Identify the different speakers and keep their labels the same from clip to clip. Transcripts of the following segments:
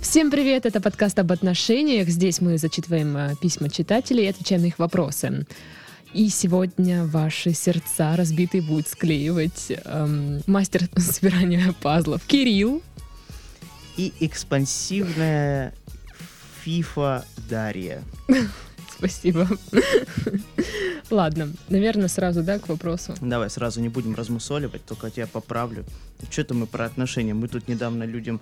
Speaker 1: Всем привет! Это подкаст об отношениях. Здесь мы зачитываем э, письма читателей и отвечаем на их вопросы. И сегодня ваши сердца разбитые будет склеивать эм, мастер собирания пазлов Кирилл.
Speaker 2: и экспансивная фифа Дарья.
Speaker 1: Спасибо. Ладно, наверное, сразу, да, к вопросу.
Speaker 2: Давай сразу не будем размусоливать, только я тебя поправлю. Что-то мы про отношения. Мы тут недавно людям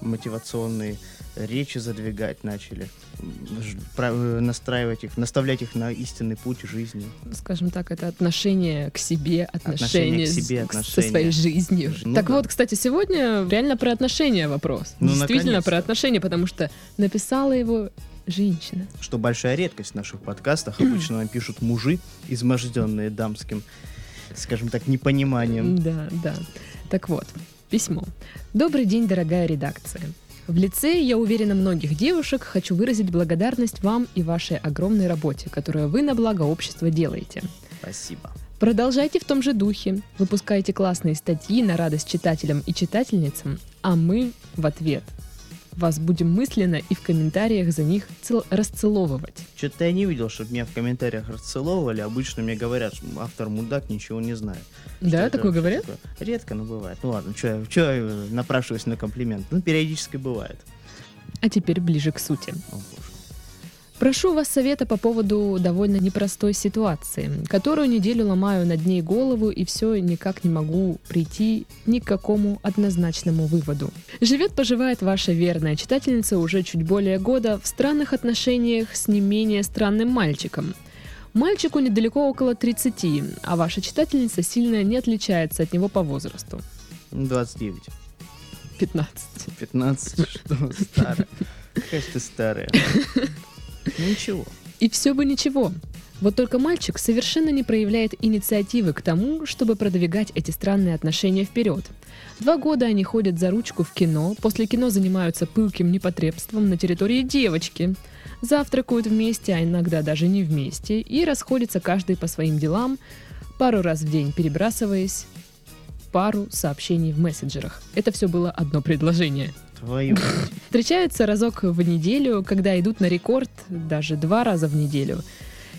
Speaker 2: мотивационные речи задвигать начали, М, ж- про- э, настраивать их, наставлять их на истинный путь жизни.
Speaker 1: Скажем так, это отношение к себе,
Speaker 2: Отношение
Speaker 1: отношение,
Speaker 2: к себе,
Speaker 1: с- к- со
Speaker 2: отношение.
Speaker 1: своей жизнью.
Speaker 2: Ну
Speaker 1: так
Speaker 2: да.
Speaker 1: вот, кстати, сегодня реально про отношения вопрос.
Speaker 2: Ну,
Speaker 1: Действительно
Speaker 2: наконец-то.
Speaker 1: про отношения, потому что написала его женщина.
Speaker 2: Что большая редкость в наших подкастах. Обычно нам пишут мужи, изможденные дамским, скажем так, непониманием.
Speaker 1: Да, да. Так вот, письмо. Добрый день, дорогая редакция. В лице я уверена многих девушек хочу выразить благодарность вам и вашей огромной работе, которую вы на благо общества делаете.
Speaker 2: Спасибо.
Speaker 1: Продолжайте в том же духе, выпускайте классные статьи на радость читателям и читательницам, а мы в ответ. Вас будем мысленно и в комментариях за них цел- расцеловывать.
Speaker 2: Что-то я не видел, чтобы меня в комментариях расцеловывали. Обычно мне говорят, что автор мудак ничего не знает. Что
Speaker 1: да,
Speaker 2: это
Speaker 1: такое
Speaker 2: вообще
Speaker 1: говорят?
Speaker 2: такое? Редко, но бывает. Ну ладно, что я, чё я напрашиваюсь на комплимент? Ну, периодически бывает.
Speaker 1: А теперь ближе к сути.
Speaker 2: О, боже.
Speaker 1: Прошу вас совета по поводу довольно непростой ситуации, которую неделю ломаю над ней голову и все никак не могу прийти ни к какому однозначному выводу. Живет-поживает ваша верная читательница уже чуть более года в странных отношениях с не менее странным мальчиком. Мальчику недалеко около 30, а ваша читательница сильно не отличается от него по возрасту.
Speaker 2: Ну, 29.
Speaker 1: 15.
Speaker 2: 15, что старая. Какая же ты старая. Ну, Ничего.
Speaker 1: И все бы ничего. Вот только мальчик совершенно не проявляет инициативы к тому, чтобы продвигать эти странные отношения вперед. Два года они ходят за ручку в кино, после кино занимаются пылким непотребством на территории девочки, завтракают вместе, а иногда даже не вместе, и расходятся каждый по своим делам, пару раз в день перебрасываясь пару сообщений в мессенджерах. Это все было одно предложение.
Speaker 2: Твою. мать.
Speaker 1: Встречаются разок в неделю, когда идут на рекорд, даже два раза в неделю.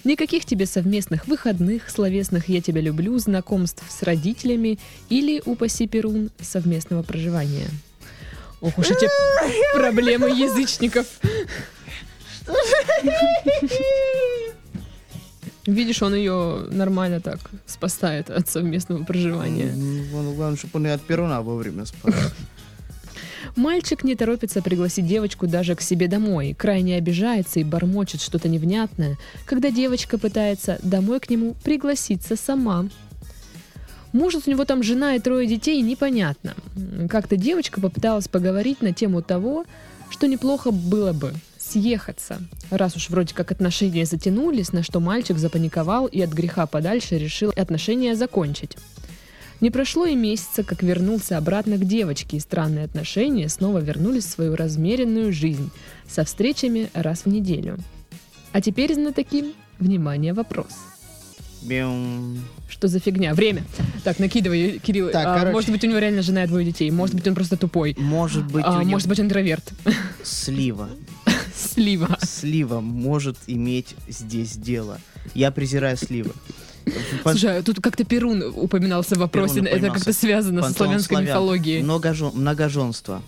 Speaker 1: Никаких тебе совместных выходных, словесных «я тебя люблю», знакомств с родителями или, упаси Перун, совместного проживания. Ох уж эти проблемы язычников. Видишь, он ее нормально так спасает от совместного проживания.
Speaker 2: Ну, ладно, Главное, чтобы он и от Перуна вовремя спал.
Speaker 1: Мальчик не торопится пригласить девочку даже к себе домой, крайне обижается и бормочет что-то невнятное, когда девочка пытается домой к нему пригласиться сама. Может, у него там жена и трое детей, непонятно. М, Как-то девочка попыталась поговорить на тему того, что неплохо было бы съехаться, раз уж вроде как отношения затянулись, на что мальчик запаниковал и от греха подальше решил отношения закончить. Не прошло и месяца, как вернулся обратно к девочке, и странные отношения снова вернулись в свою размеренную жизнь со встречами раз в неделю. А теперь, знатоки, внимание, вопрос.
Speaker 2: Бем.
Speaker 1: Что за фигня? Время. Так, накидывай, Кирилл.
Speaker 2: Так,
Speaker 1: А,
Speaker 2: короче.
Speaker 1: может быть, у него реально жена и двое детей. Может быть, он просто тупой.
Speaker 2: Может быть,
Speaker 1: А,
Speaker 2: у него
Speaker 1: Может быть, интроверт.
Speaker 2: слива.
Speaker 1: Слива.
Speaker 2: Слива может иметь здесь дело. Я презираю сливы.
Speaker 1: Слушай, а тут как-то Перун упоминался в вопросе.
Speaker 2: Перун
Speaker 1: Это
Speaker 2: упоминался.
Speaker 1: как-то связано со
Speaker 2: Пантеон
Speaker 1: славянской
Speaker 2: славян. Ну.
Speaker 1: мифологией.
Speaker 2: Многожен- многоженство.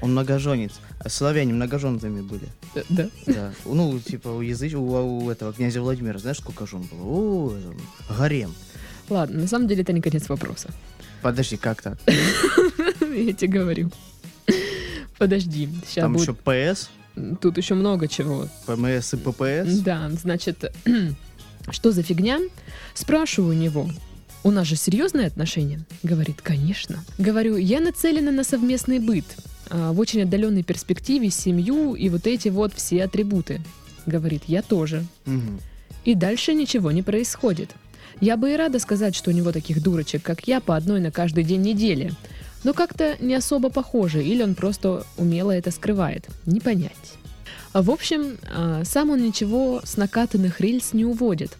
Speaker 2: Он многоженец. А Славяне многоженцами были.
Speaker 1: Э, Да.
Speaker 2: Да. Ну, типа у языч... у, у этого князя Владимира, знаешь, сколько жен было? О, там, гарем.
Speaker 1: Ладно, на самом деле это не конец вопроса.
Speaker 2: Подожди, как так?
Speaker 1: Я тебе говорю. Подожди, сейчас
Speaker 2: Там
Speaker 1: будет.
Speaker 2: еще ПС,
Speaker 1: Тут еще много чего.
Speaker 2: ПМС и ППС.
Speaker 1: Да, значит, что за фигня? Спрашиваю у него. У нас же серьезные отношения? Говорит, конечно. Говорю, я нацелена на совместный быт. а, В очень отдаленной перспективе семью и вот эти вот все атрибуты. Говорит, я тоже.
Speaker 2: Мгм.
Speaker 1: И дальше ничего не происходит. Я бы и рада сказать, что у него таких дурочек, как я, по одной на каждый день недели. Но как-то не особо похоже, или он просто умело это скрывает. Не понять. А В общем, а, сам он ничего с накатанных рельс не уводит.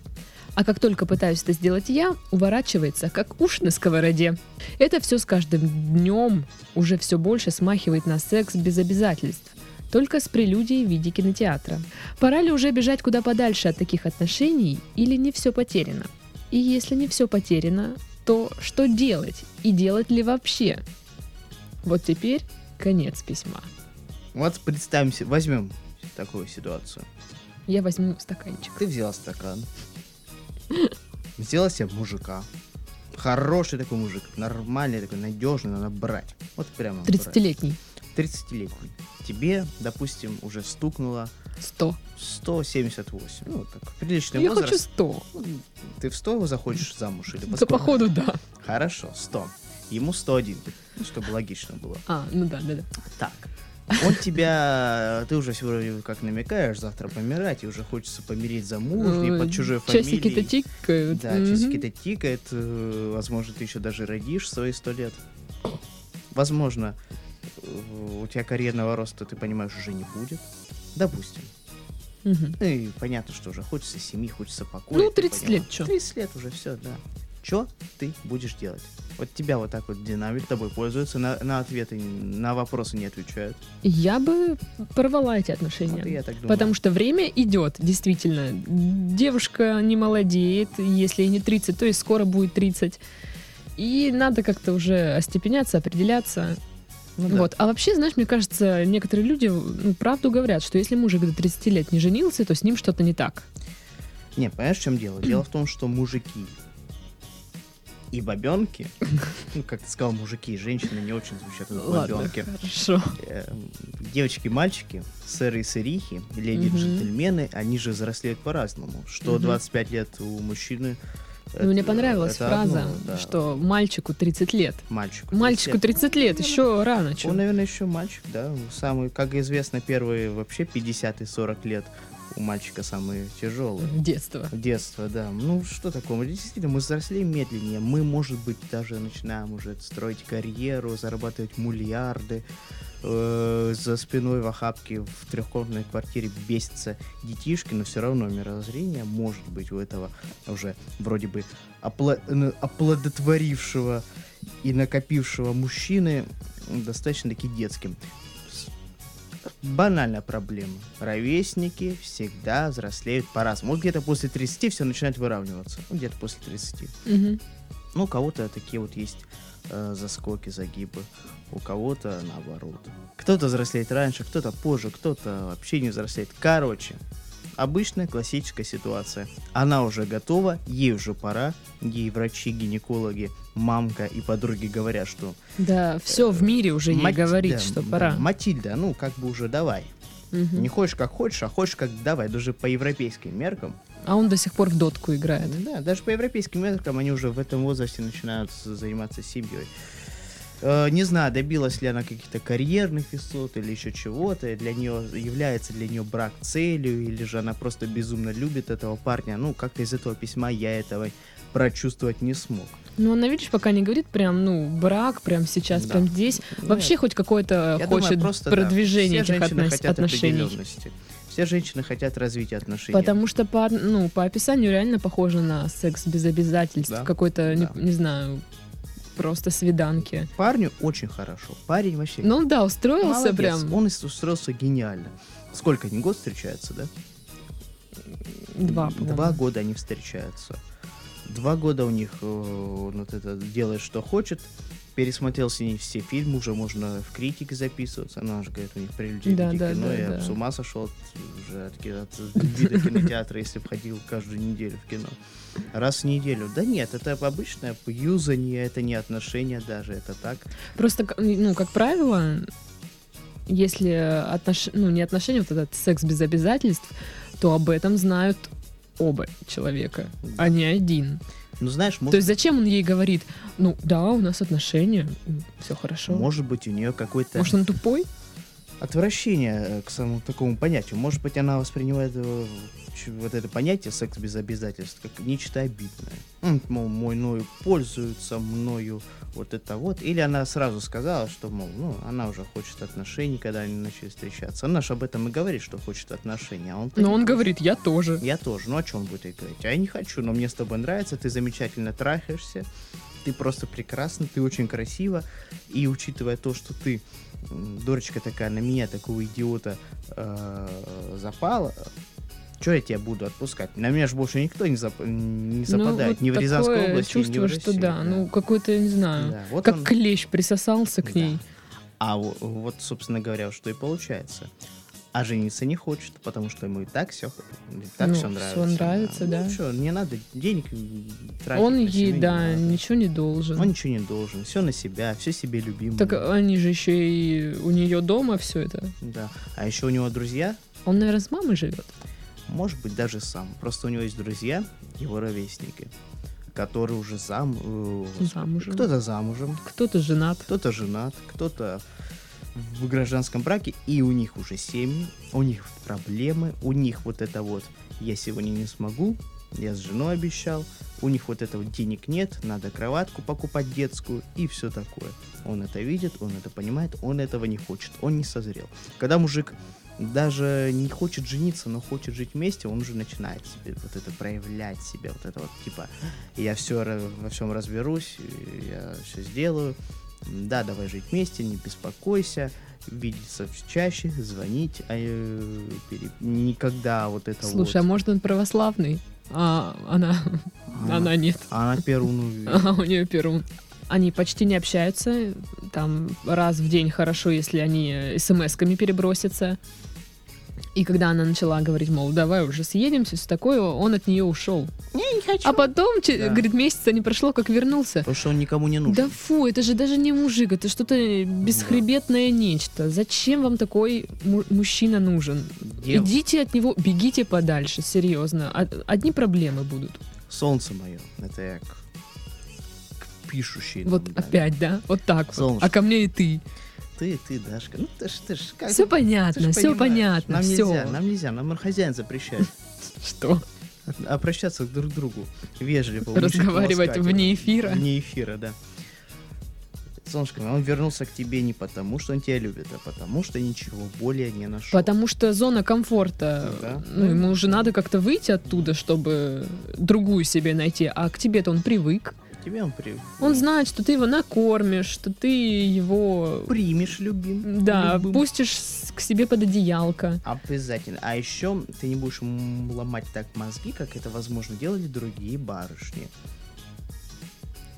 Speaker 1: А как только пытаюсь это сделать я, уворачивается, как уш на сковороде. Это все с каждым днем уже все больше смахивает на секс без обязательств. только с прелюдией в виде кинотеатра. Пора ли уже бежать куда подальше от таких отношений или не все потеряно? И если не все потеряно, то что делать и делать ли вообще? Вот теперь конец письма.
Speaker 2: Вот представим, се- возьмем такую ситуацию.
Speaker 1: Я возьму стаканчик.
Speaker 2: Ты взяла стакан, взяла себе мужика. Хороший такой мужик, нормальный такой, надежный, надо брать. Вот прямо брать.
Speaker 1: 30-летний.
Speaker 2: 30-летний. Тебе, допустим, уже стукнуло
Speaker 1: 100.
Speaker 2: 178. Ну, вот так, приличный
Speaker 1: Я хочу
Speaker 2: возраст. Ну,
Speaker 1: 100.
Speaker 2: Ты в 100 захочешь замуж или во
Speaker 1: Да,
Speaker 2: сколько?
Speaker 1: походу, да.
Speaker 2: Хорошо, 100. Ему 101, ну, чтобы логично было.
Speaker 1: А, ну да, да, да.
Speaker 2: Так. Он тебя, ты уже сегодня как намекаешь, завтра помирать, и уже хочется помереть за муж, и
Speaker 1: Ой,
Speaker 2: под чужой
Speaker 1: Э, Часики-то
Speaker 2: фамилией.
Speaker 1: тикают.
Speaker 2: Да,
Speaker 1: Мгм.
Speaker 2: часики-то тикает, э, возможно, ты еще даже родишь свои сто лет. Возможно, э, у тебя карьерного роста, ты понимаешь, уже не будет. Допустим.
Speaker 1: Мгм.
Speaker 2: Ну и понятно, что уже хочется семьи, хочется покоя.
Speaker 1: Ну,
Speaker 2: ты
Speaker 1: 30
Speaker 2: поняла.
Speaker 1: лет, чё?
Speaker 2: 30 лет уже, все, да. Чё ты будешь делать? Вот тебя вот так вот динамит, тобой пользуются, на, на ответы, не- на вопросы не отвечают.
Speaker 1: Я бы порвала эти
Speaker 2: Вот и
Speaker 1: отношения.
Speaker 2: я так думаю.
Speaker 1: Потому что время идет, действительно. Девушка не молодеет, если ей не 30, то и скоро будет 30. И надо как-то уже остепеняться, определяться.
Speaker 2: Ну да.
Speaker 1: Вот. А вообще, знаешь, мне кажется, некоторые люди ну, правду говорят, что если мужик до 30 лет не женился, то с ним что-то не так.
Speaker 2: Не, понимаешь, в чем дело? Дело в том, что мужики и бабенки, ну, как ты сказал, мужики и женщины не очень звучат,
Speaker 1: Ладно.
Speaker 2: бабенки.
Speaker 1: Хорошо.
Speaker 2: Эм, Девочки и мальчики, сэры и сырихи, леди и
Speaker 1: Мгм.
Speaker 2: джентльмены, они же взрослеют по-разному. Что
Speaker 1: Мгм.
Speaker 2: 25 лет у мужчины...
Speaker 1: Ну, мне
Speaker 2: это-
Speaker 1: понравилась
Speaker 2: это
Speaker 1: фраза,
Speaker 2: одно, да.
Speaker 1: что мальчику 30 лет.
Speaker 2: Мальчику.
Speaker 1: Мальчику 30 лет,
Speaker 2: Ну,
Speaker 1: еще рано. чё.
Speaker 2: Он, наверное, еще мальчик, да. Самый, как известно, первые вообще 50 и 40 лет у мальчика самые тяжелые.
Speaker 1: Детство.
Speaker 2: Детство, да. Ну, что такое? Мы действительно, мы взрослеем медленнее. Мы, может быть, даже начинаем уже строить карьеру, зарабатывать миллиарды. Э, за спиной в охапке в трехкомнатной квартире бесятся детишки, но все равно мирозрение может быть у этого уже вроде бы опла- ну, оплодотворившего и накопившего мужчины м, достаточно-таки детским. С- Банальная проблема. Ровесники всегда взрослеют по-разному. Вот где-то после 30 все начинает выравниваться. Ну, где-то после 30.
Speaker 1: Мгм.
Speaker 2: Ну, у кого-то такие вот есть э, заскоки, загибы. У кого-то наоборот. Кто-то взрослеет раньше, кто-то позже, кто-то вообще не взрослеет. Короче, обычная классическая ситуация. Она уже готова, ей уже пора. Ей врачи, гинекологи, мамка и подруги говорят, что...
Speaker 1: Да, все в мире уже ей
Speaker 2: «Мать-
Speaker 1: говорит,
Speaker 2: да,
Speaker 1: что
Speaker 2: да,
Speaker 1: пора.
Speaker 2: Матильда, ну, как бы уже давай.
Speaker 1: Мгм.
Speaker 2: Не хочешь как хочешь, а хочешь как давай. Даже по европейским меркам.
Speaker 1: А он до сих пор в дотку играет.
Speaker 2: Да, даже по европейским меркам они уже в этом возрасте начинают с- заниматься семьей. Э, Не знаю, добилась ли она каких-то карьерных высот или еще чего-то. Для нее является для нее брак целью, или же она просто безумно любит этого парня. Ну, как-то из этого письма я этого прочувствовать не смог.
Speaker 1: Но Ну, она, видишь, пока не говорит прям, ну, брак, прям сейчас,
Speaker 2: Да. Ну,
Speaker 1: прям здесь. Вообще хоть какое-то
Speaker 2: Я думаю,
Speaker 1: хочет
Speaker 2: да,
Speaker 1: продвижение
Speaker 2: все
Speaker 1: этих
Speaker 2: женщины
Speaker 1: относ-
Speaker 2: хотят
Speaker 1: отношений.
Speaker 2: определенности. Все женщины хотят развития отношений.
Speaker 1: Потому что по, ну, по описанию реально похоже на секс без обязательств.
Speaker 2: Да.
Speaker 1: Какой-то, не-
Speaker 2: Да.
Speaker 1: Не, знаю, просто свиданки.
Speaker 2: Парню очень хорошо. Парень вообще
Speaker 1: Ну да, устроился
Speaker 2: Молодец,
Speaker 1: прям
Speaker 2: Он ис- устроился гениально. Сколько они год встречаются, да?
Speaker 1: два, по-моему.
Speaker 2: Два года они встречаются. Два года у них э, вот это делает, что хочет. Пересмотрел с ней все фильмы, уже можно в критике записываться. Она же говорит, у них прелюдия
Speaker 1: Да,
Speaker 2: да,
Speaker 1: да,
Speaker 2: кино.
Speaker 1: да,
Speaker 2: я
Speaker 1: да.
Speaker 2: с ума сошел от, уже от, кино- от любви до кинотеатра, если бы ходил каждую неделю в кино. Раз в неделю. Да нет, это обычное юзание, это не отношения даже, это так.
Speaker 1: Просто, к- ну, как правило, если отнош... ну, не отношения, вот этот секс без обязательств, то об этом знают оба человека, а не один.
Speaker 2: Ну знаешь,
Speaker 1: То
Speaker 2: может
Speaker 1: есть зачем он ей говорит, ну да, у нас отношения, все хорошо.
Speaker 2: может быть, у нее какой-то...
Speaker 1: Может, он тупой?
Speaker 2: отвращение э, к самому такому понятию. Может быть, она воспринимает э, ч- вот это понятие секс без обязательств как нечто обидное. М, Мол, мой- мною пользуются, мною вот это вот. Или она сразу сказала, что, мол, ну, она уже хочет отношений, когда они начали встречаться. Она же об этом и говорит, что хочет отношений. А он
Speaker 1: Но он говорит, я тоже.
Speaker 2: я тоже. Ну, о чем будет ей говорить? А я не хочу, но мне с тобой нравится, ты замечательно трахаешься, ты просто прекрасна, ты очень красива. И учитывая то, что ты м, дурочка такая на меня, такого идиота, э, запала, что я тебя буду отпускать? На меня же больше никто не, зап- не западает,
Speaker 1: Ну, вот
Speaker 2: ни в Рязанской
Speaker 1: такое
Speaker 2: области,
Speaker 1: чувство,
Speaker 2: ни в России.
Speaker 1: что да,
Speaker 2: да.
Speaker 1: ну какой-то, я не знаю,
Speaker 2: Да, вот
Speaker 1: как
Speaker 2: он-
Speaker 1: клещ присосался к
Speaker 2: Да.
Speaker 1: ней.
Speaker 2: А во- вот, собственно говоря, что и получается. А жениться не хочет, потому что ему и так все, и так
Speaker 1: Ну,
Speaker 2: все
Speaker 1: всё
Speaker 2: нравится.
Speaker 1: нравится, да.
Speaker 2: Ну, чё, не надо денег м, тратить.
Speaker 1: Он
Speaker 2: на
Speaker 1: ей,
Speaker 2: себя,
Speaker 1: да,
Speaker 2: не надо.
Speaker 1: ничего не должен.
Speaker 2: Он ничего не должен, все на себя, все себе любимое.
Speaker 1: Так э, они же еще и у нее дома все это.
Speaker 2: Да. А еще у него друзья,
Speaker 1: Он, наверное, с мамой живет.
Speaker 2: может быть, даже сам. Просто у него есть друзья, его ровесники, которые уже зам... э,
Speaker 1: Замужем.
Speaker 2: Кто-то замужем,
Speaker 1: Кто-то женат.
Speaker 2: кто-то женат, кто-то в гражданском браке, и у них уже семьи, у них проблемы, у них вот это вот «я сегодня не смогу», «я с женой обещал», у них вот этого денег нет, надо кроватку покупать детскую и все такое. Он это видит, он это понимает, он этого не хочет, он не созрел. Когда мужик даже не хочет жениться, но хочет жить вместе, он уже начинает себе вот это проявлять себя, вот это вот типа я все во всем разберусь, э, я все сделаю. Да, давай жить вместе, не беспокойся, видеться всё чаще, звонить, а э, пере- никогда вот это
Speaker 1: Слушай, а
Speaker 2: вот.
Speaker 1: может он православный? А она,
Speaker 2: А,
Speaker 1: она нет.
Speaker 2: Она перуну
Speaker 1: А у нее перун. Они почти не общаются. Там раз в день хорошо, если они э, смс-ками перебросятся. И когда она начала говорить, мол, давай уже съедемся, все такое, он от нее ушел.
Speaker 2: Не, не хочу.
Speaker 1: А потом, че-
Speaker 2: Да.
Speaker 1: говорит, месяца не прошло, как вернулся.
Speaker 2: Потому что он никому не нужен.
Speaker 1: Да фу, это же даже не мужик, это что-то бесхребетное нечто. Зачем вам такой му- мужчина нужен?
Speaker 2: Дев-
Speaker 1: Идите от него, бегите подальше, серьезно. Од- Одни проблемы будут.
Speaker 2: Солнце мое, это я к, к пишущей.
Speaker 1: Вот
Speaker 2: нам, да.
Speaker 1: опять, да? Вот так вот.
Speaker 2: Солнышко.
Speaker 1: А ко мне и ты.
Speaker 2: Ты, ты, Дашка. Ну ты ж, ты ж как
Speaker 1: все
Speaker 2: бы, ты ж
Speaker 1: понятно, все
Speaker 2: понимаешь.
Speaker 1: понятно,
Speaker 2: Нам
Speaker 1: все.
Speaker 2: нельзя, нам нельзя, нам хозяин запрещает.
Speaker 1: Что?
Speaker 2: обращаться друг к другу вежливо. учить
Speaker 1: Разговаривать
Speaker 2: ласкать.
Speaker 1: вне эфира.
Speaker 2: Вне эфира, да. Солнышко, мое, он вернулся к тебе не потому, что он тебя любит, а потому, что ничего более не нашел.
Speaker 1: Потому что зона комфорта,
Speaker 2: Да.
Speaker 1: ну, ему уже надо как-то выйти оттуда, чтобы другую себе найти. А к тебе-то он привык.
Speaker 2: К тебе он при...
Speaker 1: Он знает, что ты его накормишь, что ты его,
Speaker 2: примешь, любим.
Speaker 1: да,
Speaker 2: любым.
Speaker 1: пустишь с- к себе под одеялко.
Speaker 2: Обязательно. А еще ты не будешь м- ломать так мозги, как это, возможно, делали другие барышни.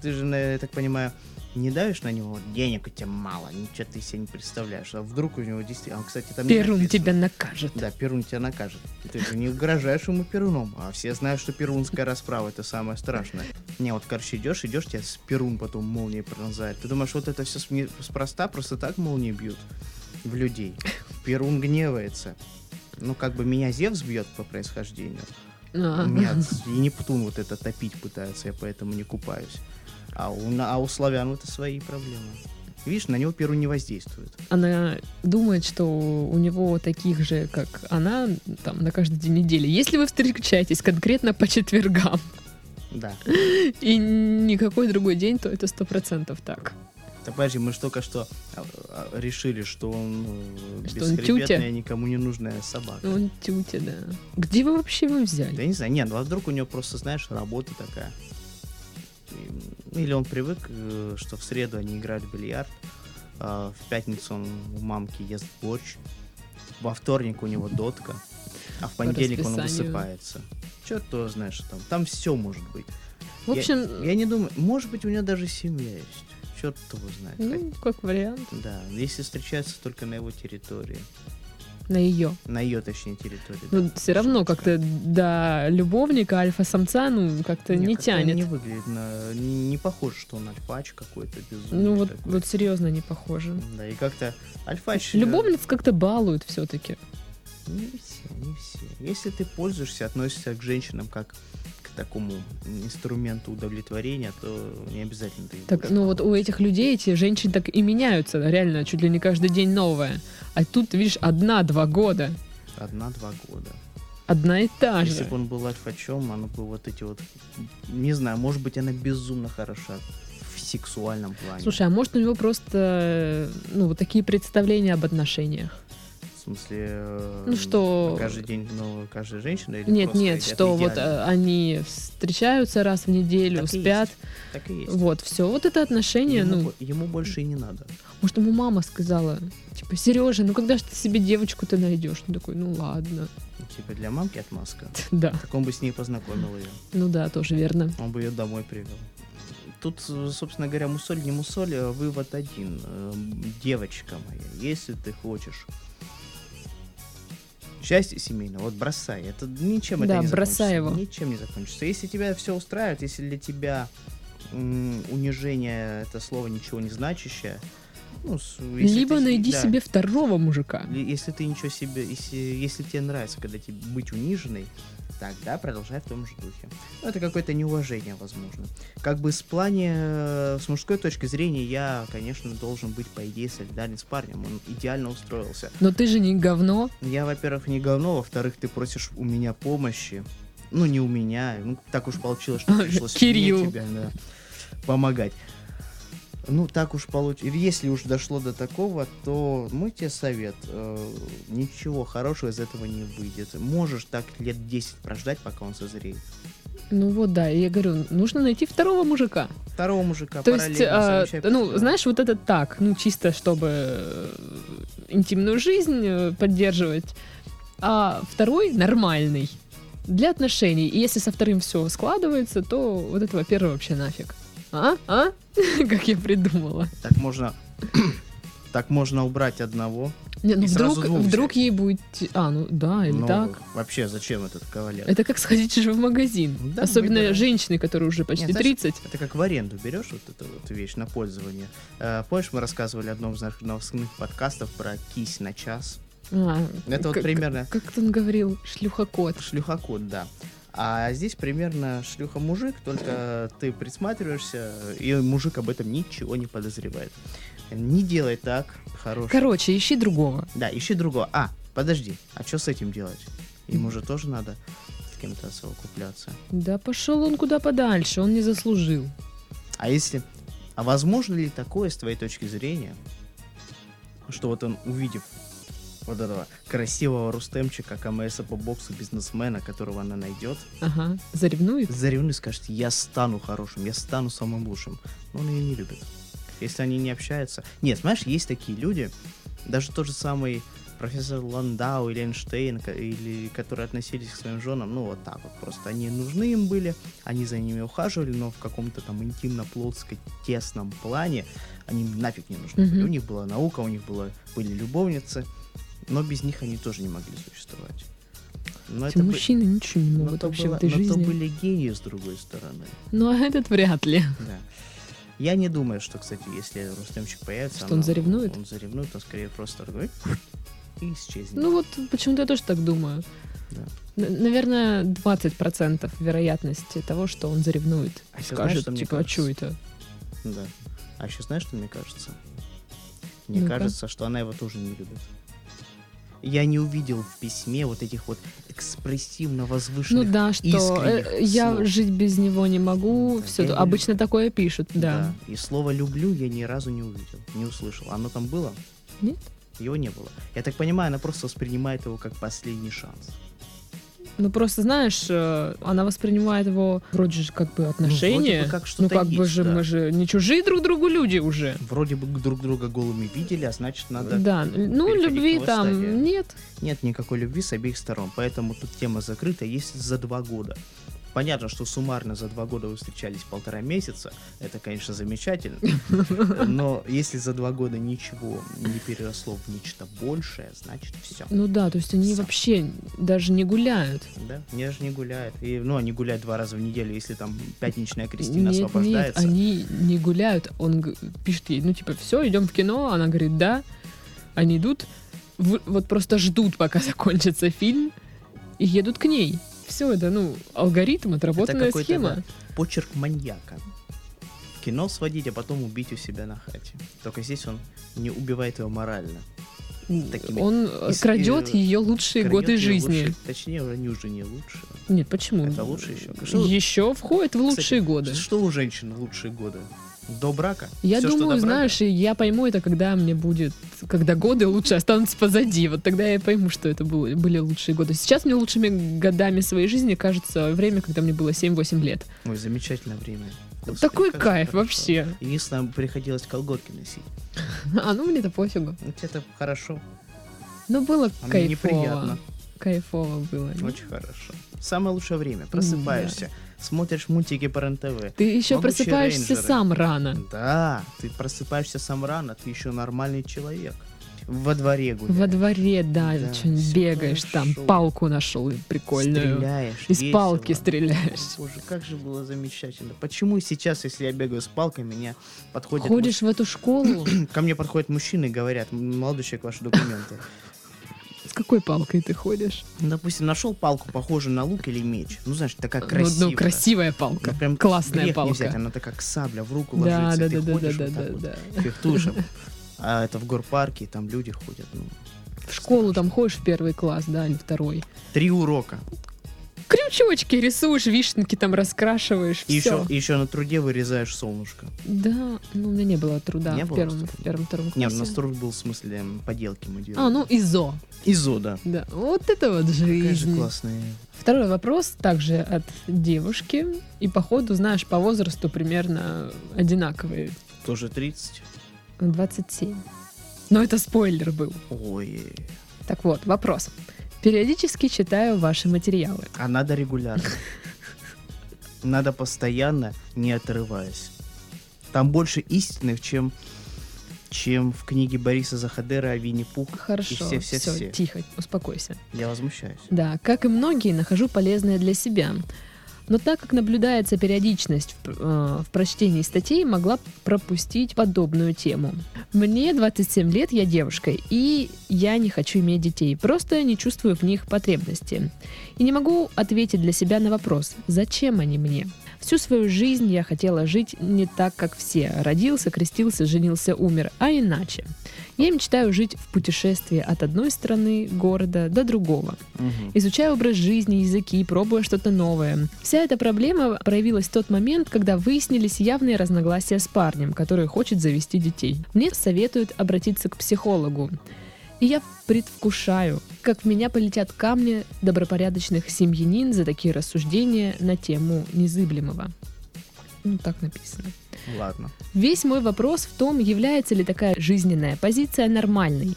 Speaker 2: Ты же, на- я так понимаю, не давишь на него, денег у тебя мало, ничего ты себе не представляешь. А вдруг у него действительно... А, кстати, там не
Speaker 1: Перун
Speaker 2: написано.
Speaker 1: тебя накажет.
Speaker 2: Да, Перун тебя накажет. Ты же не угрожаешь ему Перуном. А все знают, что перунская расправа это самое страшное. Не, вот, короче, идешь, идешь, тебя с Перун потом молнией пронзает. Ты думаешь, вот это все спроста, просто так молнии бьют в людей. Перун гневается. Ну, как бы меня Зевс бьет по происхождению.
Speaker 1: А.
Speaker 2: Меня и Нептун вот это топить пытается, я поэтому не купаюсь. А у, на- а у славян это свои проблемы. Видишь, на него Перун не воздействует.
Speaker 1: Она думает, что у него таких же, как она, там на каждый день недели. Если вы встречаетесь конкретно по четвергам
Speaker 2: Да.
Speaker 1: и никакой другой день, то это сто процентов так.
Speaker 2: Да подожди, мы же только что а, а, решили, что он э,
Speaker 1: Что он
Speaker 2: бесхребетная,
Speaker 1: тютя.
Speaker 2: никому не нужная собака.
Speaker 1: Ну, Он тютя, да. Где вы вообще его
Speaker 2: Да
Speaker 1: взяли?
Speaker 2: я не знаю, нет, ну а вдруг у него просто, знаешь, работа такая. И- ну, Или он привык, э, что в среду они играют в бильярд, а в пятницу он у мамки ест борщ, во вторник у него дотка, а в понедельник он
Speaker 1: расписанию.
Speaker 2: высыпается. Черт его знает, что там. Там все может быть.
Speaker 1: В общем,
Speaker 2: Я не думаю, может быть, у него даже семья есть. Черт его знает.
Speaker 1: ну, как вариант.
Speaker 2: Да, если встречаются только на его территории.
Speaker 1: На ее.
Speaker 2: На ее, точнее, территории. да.
Speaker 1: Но все Ну, равно как-то до любовника альфа-самца, ну, как-то
Speaker 2: Не,
Speaker 1: не
Speaker 2: как-то он
Speaker 1: тянет.
Speaker 2: Не выглядит на... Не не похоже, что он альфач какой-то безумный.
Speaker 1: Ну, вот,
Speaker 2: такой.
Speaker 1: вот серьезно не похоже.
Speaker 2: Да, и как-то альфач... э,
Speaker 1: Любовниц как-то балуют все-таки.
Speaker 2: Не все, не все. Если ты пользуешься, относишься к женщинам как к такому инструменту удовлетворения, то не обязательно ты их
Speaker 1: Так,
Speaker 2: будешь
Speaker 1: ну вот у этих людей эти женщины так и меняются, реально, чуть ли не каждый день новая. А тут, видишь, одна-два года.
Speaker 2: Одна-два года.
Speaker 1: Одна и та
Speaker 2: Если
Speaker 1: А же.
Speaker 2: бы он был альфачом, она бы вот эти вот... Не знаю, может быть, она безумно хороша в сексуальном плане.
Speaker 1: э, Слушай, а может у него просто, ну, вот такие представления об отношениях?
Speaker 2: смысле, э,
Speaker 1: Ну, что-
Speaker 2: каждый день новая каждая женщина? Или
Speaker 1: Нет,
Speaker 2: просто
Speaker 1: нет,
Speaker 2: это
Speaker 1: что вот
Speaker 2: идеально?
Speaker 1: э, они встречаются раз в неделю,
Speaker 2: Так и
Speaker 1: спят.
Speaker 2: Так и есть.
Speaker 1: Вот, все, вот это отношение,
Speaker 2: ему,
Speaker 1: э, ну,
Speaker 2: бо- ему больше и не надо.
Speaker 1: Может, ему мама сказала, типа, Сережа, ну когда же ты себе девочку-то найдешь? Он такой, ну ладно.
Speaker 2: Типа для мамки отмазка.
Speaker 1: Да,
Speaker 2: Так он бы с ней познакомил ее.
Speaker 1: ну да, тоже верно.
Speaker 2: Он бы ее домой привел. Тут, э, собственно говоря, мусоль не мусоль, а вывод один. Э, Девочка моя, если ты хочешь счастье семейное, вот бросай. Это ничем
Speaker 1: Да,
Speaker 2: это не
Speaker 1: бросай
Speaker 2: закончится.
Speaker 1: его.
Speaker 2: Ничем не закончится. Если тебя все устраивает, если для тебя м, унижение это слово ничего не значащее, ну, с- если
Speaker 1: Либо
Speaker 2: ты-
Speaker 1: найди
Speaker 2: да.
Speaker 1: себе второго мужика.
Speaker 2: Ли- Если ты ничего себе, если, если тебе нравится, когда тебе быть униженной, тогда продолжай в том же духе. Ну, это какое-то неуважение, возможно. Как бы с плане, э, с мужской точки зрения, я, конечно, должен быть, по идее, солидарен с парнем. Он идеально устроился.
Speaker 1: Но ты же не говно.
Speaker 2: Я, во-первых, не говно, во-вторых, ты просишь у меня помощи. Ну, не у меня, ну, так уж получилось, что пришлось
Speaker 1: Кирилл.
Speaker 2: мне тебя да, помогать. Ну, так уж получилось. Если уж дошло до такого, то мой тебе совет. э, ничего хорошего из этого не выйдет. Можешь так лет 10 прождать, пока он созреет.
Speaker 1: Ну вот да, и я говорю, нужно найти второго мужика.
Speaker 2: Второго мужика
Speaker 1: То
Speaker 2: параллельно
Speaker 1: есть, а, ну,
Speaker 2: совмещай постоянно.
Speaker 1: знаешь, вот это так, ну, чисто чтобы э, интимную жизнь э, поддерживать, а второй нормальный для отношений. И если со вторым все складывается, то вот этого первого вообще нафиг. А? А? Как я придумала.
Speaker 2: Так можно... Так можно убрать одного.
Speaker 1: Не, ну
Speaker 2: И сразу
Speaker 1: вдруг,
Speaker 2: двух
Speaker 1: вдруг
Speaker 2: взять.
Speaker 1: ей будет... те- А, ну да, или
Speaker 2: Ну,
Speaker 1: так.
Speaker 2: Вообще, зачем этот кавалер?
Speaker 1: Это как сходить же в магазин.
Speaker 2: Ну Да,
Speaker 1: Особенно
Speaker 2: выбирай.
Speaker 1: женщины, которые уже почти
Speaker 2: Нет, знаешь,
Speaker 1: 30.
Speaker 2: Это как в аренду берешь вот эту вот вещь на пользование. Э, помнишь, мы рассказывали в одном из наших новостных подкастов про кись на час?
Speaker 1: А,
Speaker 2: Это вот
Speaker 1: как-
Speaker 2: примерно
Speaker 1: Как он говорил? Шлюхокот.
Speaker 2: шлюхокод, да. А здесь примерно шлюха-мужик, только ты присматриваешься, и мужик об этом ничего не подозревает. Не делай так, хороший.
Speaker 1: Короче, ищи другого.
Speaker 2: Да, ищи другого. А, подожди, а что с этим делать? Ему же тоже надо с кем-то совокупляться.
Speaker 1: Да пошел он куда подальше, он не заслужил.
Speaker 2: А если... А возможно ли такое, с твоей точки зрения, что вот он, увидев вот этого красивого Рустемчика, КМСа по боксу, бизнесмена, которого она найдет,
Speaker 1: Ага, заревнует.
Speaker 2: заревнует и скажет, я стану хорошим, я стану самым лучшим. Но он ее не любит. Если они не общаются... Нет, знаешь, есть такие люди, даже тот же самый профессор Ландау или Эйнштейн, ко- или, которые относились к своим женам, ну, вот так вот просто. Они нужны им были, они за ними ухаживали, но в каком-то там интимно-плотско тесном плане они им нафиг не нужны были.
Speaker 1: Мгм.
Speaker 2: У них была наука, у них было, были любовницы, но без них они тоже не могли существовать. Но
Speaker 1: Эти
Speaker 2: бы-
Speaker 1: мужчины ничего не
Speaker 2: но
Speaker 1: могут
Speaker 2: то
Speaker 1: вообще
Speaker 2: было-
Speaker 1: Ну, в этой
Speaker 2: но то
Speaker 1: жизни.
Speaker 2: были гении с другой стороны.
Speaker 1: Ну а этот вряд ли.
Speaker 2: Да. Я не думаю, что, кстати, если Рустемчик появится...
Speaker 1: Что он заревнует?
Speaker 2: Он заревнует, он скорее просто такой и исчезнет.
Speaker 1: Ну вот почему-то я тоже так думаю.
Speaker 2: Да.
Speaker 1: Н- Наверное, 20% вероятности того, что он заревнует.
Speaker 2: А еще знаешь,
Speaker 1: Скажет,
Speaker 2: что мне
Speaker 1: типа, а что
Speaker 2: кажется?
Speaker 1: это?
Speaker 2: Да. А еще знаешь, что мне кажется? Мне
Speaker 1: Ну-ка.
Speaker 2: кажется, что она его тоже не любит. Я не увидел в письме вот этих вот экспрессивно
Speaker 1: Ну
Speaker 2: возвышенных...
Speaker 1: да, что э,
Speaker 2: искренних
Speaker 1: я
Speaker 2: слов.
Speaker 1: жить без него не могу.
Speaker 2: Да,
Speaker 1: Все,
Speaker 2: я не
Speaker 1: обычно такое пишут, да.
Speaker 2: И слово «люблю» я ни разу не увидел, не услышал. Оно там было?
Speaker 1: Нет?
Speaker 2: Его не было. Я так понимаю, она просто воспринимает его как последний шанс.
Speaker 1: Ну просто знаешь, э, она воспринимает его вроде же как бы отношения.
Speaker 2: бы как
Speaker 1: ну
Speaker 2: что-то
Speaker 1: как бы
Speaker 2: есть,
Speaker 1: же
Speaker 2: да.
Speaker 1: мы же не чужие друг другу люди уже.
Speaker 2: Вроде бы друг друга голыми видели, а значит надо...
Speaker 1: Да, ну
Speaker 2: переходить
Speaker 1: любви
Speaker 2: новую
Speaker 1: там
Speaker 2: стадию.
Speaker 1: нет.
Speaker 2: Нет никакой любви с обеих сторон, поэтому тут тема закрыта, есть за два года. Понятно, что суммарно за два года вы встречались полтора месяца, это, конечно, замечательно, но если за два года ничего не переросло в нечто большее, значит все.
Speaker 1: Ну да, то есть они
Speaker 2: Всё.
Speaker 1: вообще даже не гуляют.
Speaker 2: Да, они же не гуляют. И, ну, они гуляют два раза в неделю, если там пятничная Кристина
Speaker 1: нет, нет,
Speaker 2: освобождается.
Speaker 1: они не гуляют. Он г- пишет ей, ну типа, все, идем в кино. Она говорит, да. Они идут, в- вот просто ждут, пока закончится фильм, и едут к ней. Все это, ну, алгоритм, отработанная
Speaker 2: какой-то,
Speaker 1: схема.
Speaker 2: почерк маньяка. В кино сводить, а потом убить у себя на хате. Только здесь он не убивает его морально.
Speaker 1: М,
Speaker 2: такими
Speaker 1: Он э,
Speaker 2: из-
Speaker 1: крадет
Speaker 2: э,
Speaker 1: ее лучшие
Speaker 2: Крадет
Speaker 1: годы
Speaker 2: ее
Speaker 1: жизни.
Speaker 2: лучше- точнее, уже не уже не лучше.
Speaker 1: Нет, почему?
Speaker 2: Это лучше еще. Что-
Speaker 1: Еще входит в лучшие годы.
Speaker 2: Что у женщин лучшие годы? До брака.
Speaker 1: Я
Speaker 2: Всё, что
Speaker 1: думаю,
Speaker 2: до брака.
Speaker 1: знаешь, и я пойму это, когда мне будет, когда годы лучше останутся позади. Вот тогда я и пойму, что это было- были лучшие годы. Сейчас мне лучшими годами своей жизни кажется время, когда мне было 7-8 лет.
Speaker 2: Ой, замечательное время. Господи,
Speaker 1: Такой
Speaker 2: как же
Speaker 1: кайф
Speaker 2: хорошо.
Speaker 1: вообще.
Speaker 2: Единственное, приходилось колготки носить.
Speaker 1: А ну мне-то пофигу.
Speaker 2: Ну, тебе это хорошо,
Speaker 1: Ну было
Speaker 2: а мне неприятно.
Speaker 1: кайфово. Кайфово было. не?
Speaker 2: Очень хорошо. Самое лучшее время. Просыпаешься, смотришь мультики по РЕН-ТВ.
Speaker 1: Ты еще
Speaker 2: Могучие
Speaker 1: просыпаешься
Speaker 2: рейнджеры.
Speaker 1: сам рано.
Speaker 2: Да, ты просыпаешься сам рано, ты еще нормальный человек. Во дворе гуляешь.
Speaker 1: Во дворе, да,
Speaker 2: Да,
Speaker 1: что-нибудь
Speaker 2: всё
Speaker 1: бегаешь, там
Speaker 2: хорошо.
Speaker 1: палку нашел прикольную.
Speaker 2: Стреляешь.
Speaker 1: Из
Speaker 2: весело.
Speaker 1: палки стреляешь.
Speaker 2: Боже, как же было замечательно. Почему сейчас, если я бегаю с палкой, меня подходит...
Speaker 1: Ходишь в эту школу?
Speaker 2: Ко мне подходят мужчины и говорят, «М, молодой человек, ваши документы.
Speaker 1: С какой палкой ты ходишь?
Speaker 2: Ну, Допустим, нашел палку, похожую на лук или меч. Ну, знаешь, такая
Speaker 1: Ну,
Speaker 2: красивая.
Speaker 1: Ну, красивая палка.
Speaker 2: Ну, прям
Speaker 1: Классная
Speaker 2: грех не взять,
Speaker 1: палка.
Speaker 2: она такая как сабля в руку
Speaker 1: Да,
Speaker 2: ложится.
Speaker 1: да, да,
Speaker 2: и ты
Speaker 1: да, да,
Speaker 2: ходишь
Speaker 1: да,
Speaker 2: вот так
Speaker 1: да,
Speaker 2: вот,
Speaker 1: да.
Speaker 2: фехтуешь. А это в горпарке, там люди ходят. ну.
Speaker 1: В школу там ходишь в первый класс, да, или второй.
Speaker 2: Три урока.
Speaker 1: Крючочки рисуешь, вишенки там раскрашиваешь,
Speaker 2: И
Speaker 1: все.
Speaker 2: еще, и еще на труде вырезаешь солнышко.
Speaker 1: Да, ну у меня не было труда
Speaker 2: Не
Speaker 1: в
Speaker 2: было
Speaker 1: первом,
Speaker 2: труда?
Speaker 1: в первом, втором
Speaker 2: Не, ну, у
Speaker 1: классе.
Speaker 2: нас труд был в смысле м, поделки мы делали.
Speaker 1: А, ну ИЗО.
Speaker 2: Изо, да.
Speaker 1: Да, вот это вот
Speaker 2: Какая же
Speaker 1: жизнь.
Speaker 2: классная.
Speaker 1: Второй вопрос также от девушки. И походу, знаешь, по возрасту примерно одинаковые.
Speaker 2: Тоже 30.
Speaker 1: 27. Но это спойлер был.
Speaker 2: Ой,
Speaker 1: Так вот, вопрос. Периодически читаю ваши материалы.
Speaker 2: а надо регулярно. Надо постоянно, не отрываясь. Там больше истинных, чем, чем в книге Бориса Захадера о Винни-Пух.
Speaker 1: Хорошо,
Speaker 2: И все, все,
Speaker 1: всё,
Speaker 2: все.
Speaker 1: тихо, успокойся.
Speaker 2: Я возмущаюсь.
Speaker 1: Да, как и многие, нахожу полезное для себя. Но так как наблюдается периодичность в, пр- э, в прочтении статей, могла пропустить подобную тему. Мне 27 лет, я девушка, и я не хочу иметь детей, просто не чувствую в них потребности. И не могу ответить для себя на вопрос, зачем они мне? Всю свою жизнь я хотела жить не так, как все. Родился, крестился, женился, умер, а иначе. Я мечтаю жить в путешествии от одной страны города до другого
Speaker 2: Мгм.
Speaker 1: изучая образ жизни, языки, пробуя что-то новое. Вся эта проблема проявилась в тот момент, когда выяснились явные разногласия с парнем, который хочет завести детей. Мне советуют обратиться к психологу. И я предвкушаю, как в меня полетят камни добропорядочных семьянин за такие рассуждения на тему незыблемого. Ну, так написано.
Speaker 2: Ладно.
Speaker 1: Весь мой вопрос в том, является ли такая жизненная позиция нормальной.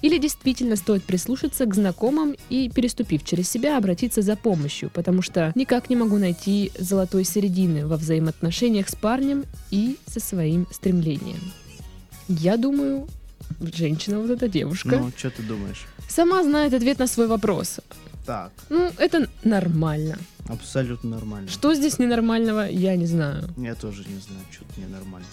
Speaker 1: Или действительно стоит прислушаться к знакомым и, переступив через себя, обратиться за помощью, потому что никак не могу найти золотой середины во взаимоотношениях с парнем и со своим стремлением. Я думаю, женщина вот эта девушка
Speaker 2: Ну, что ты думаешь?
Speaker 1: сама знает ответ на свой вопрос.
Speaker 2: Так,
Speaker 1: Ну, это нормально.
Speaker 2: абсолютно нормально.
Speaker 1: Что здесь ненормального, я не знаю.
Speaker 2: Я тоже не знаю, что тут ненормально.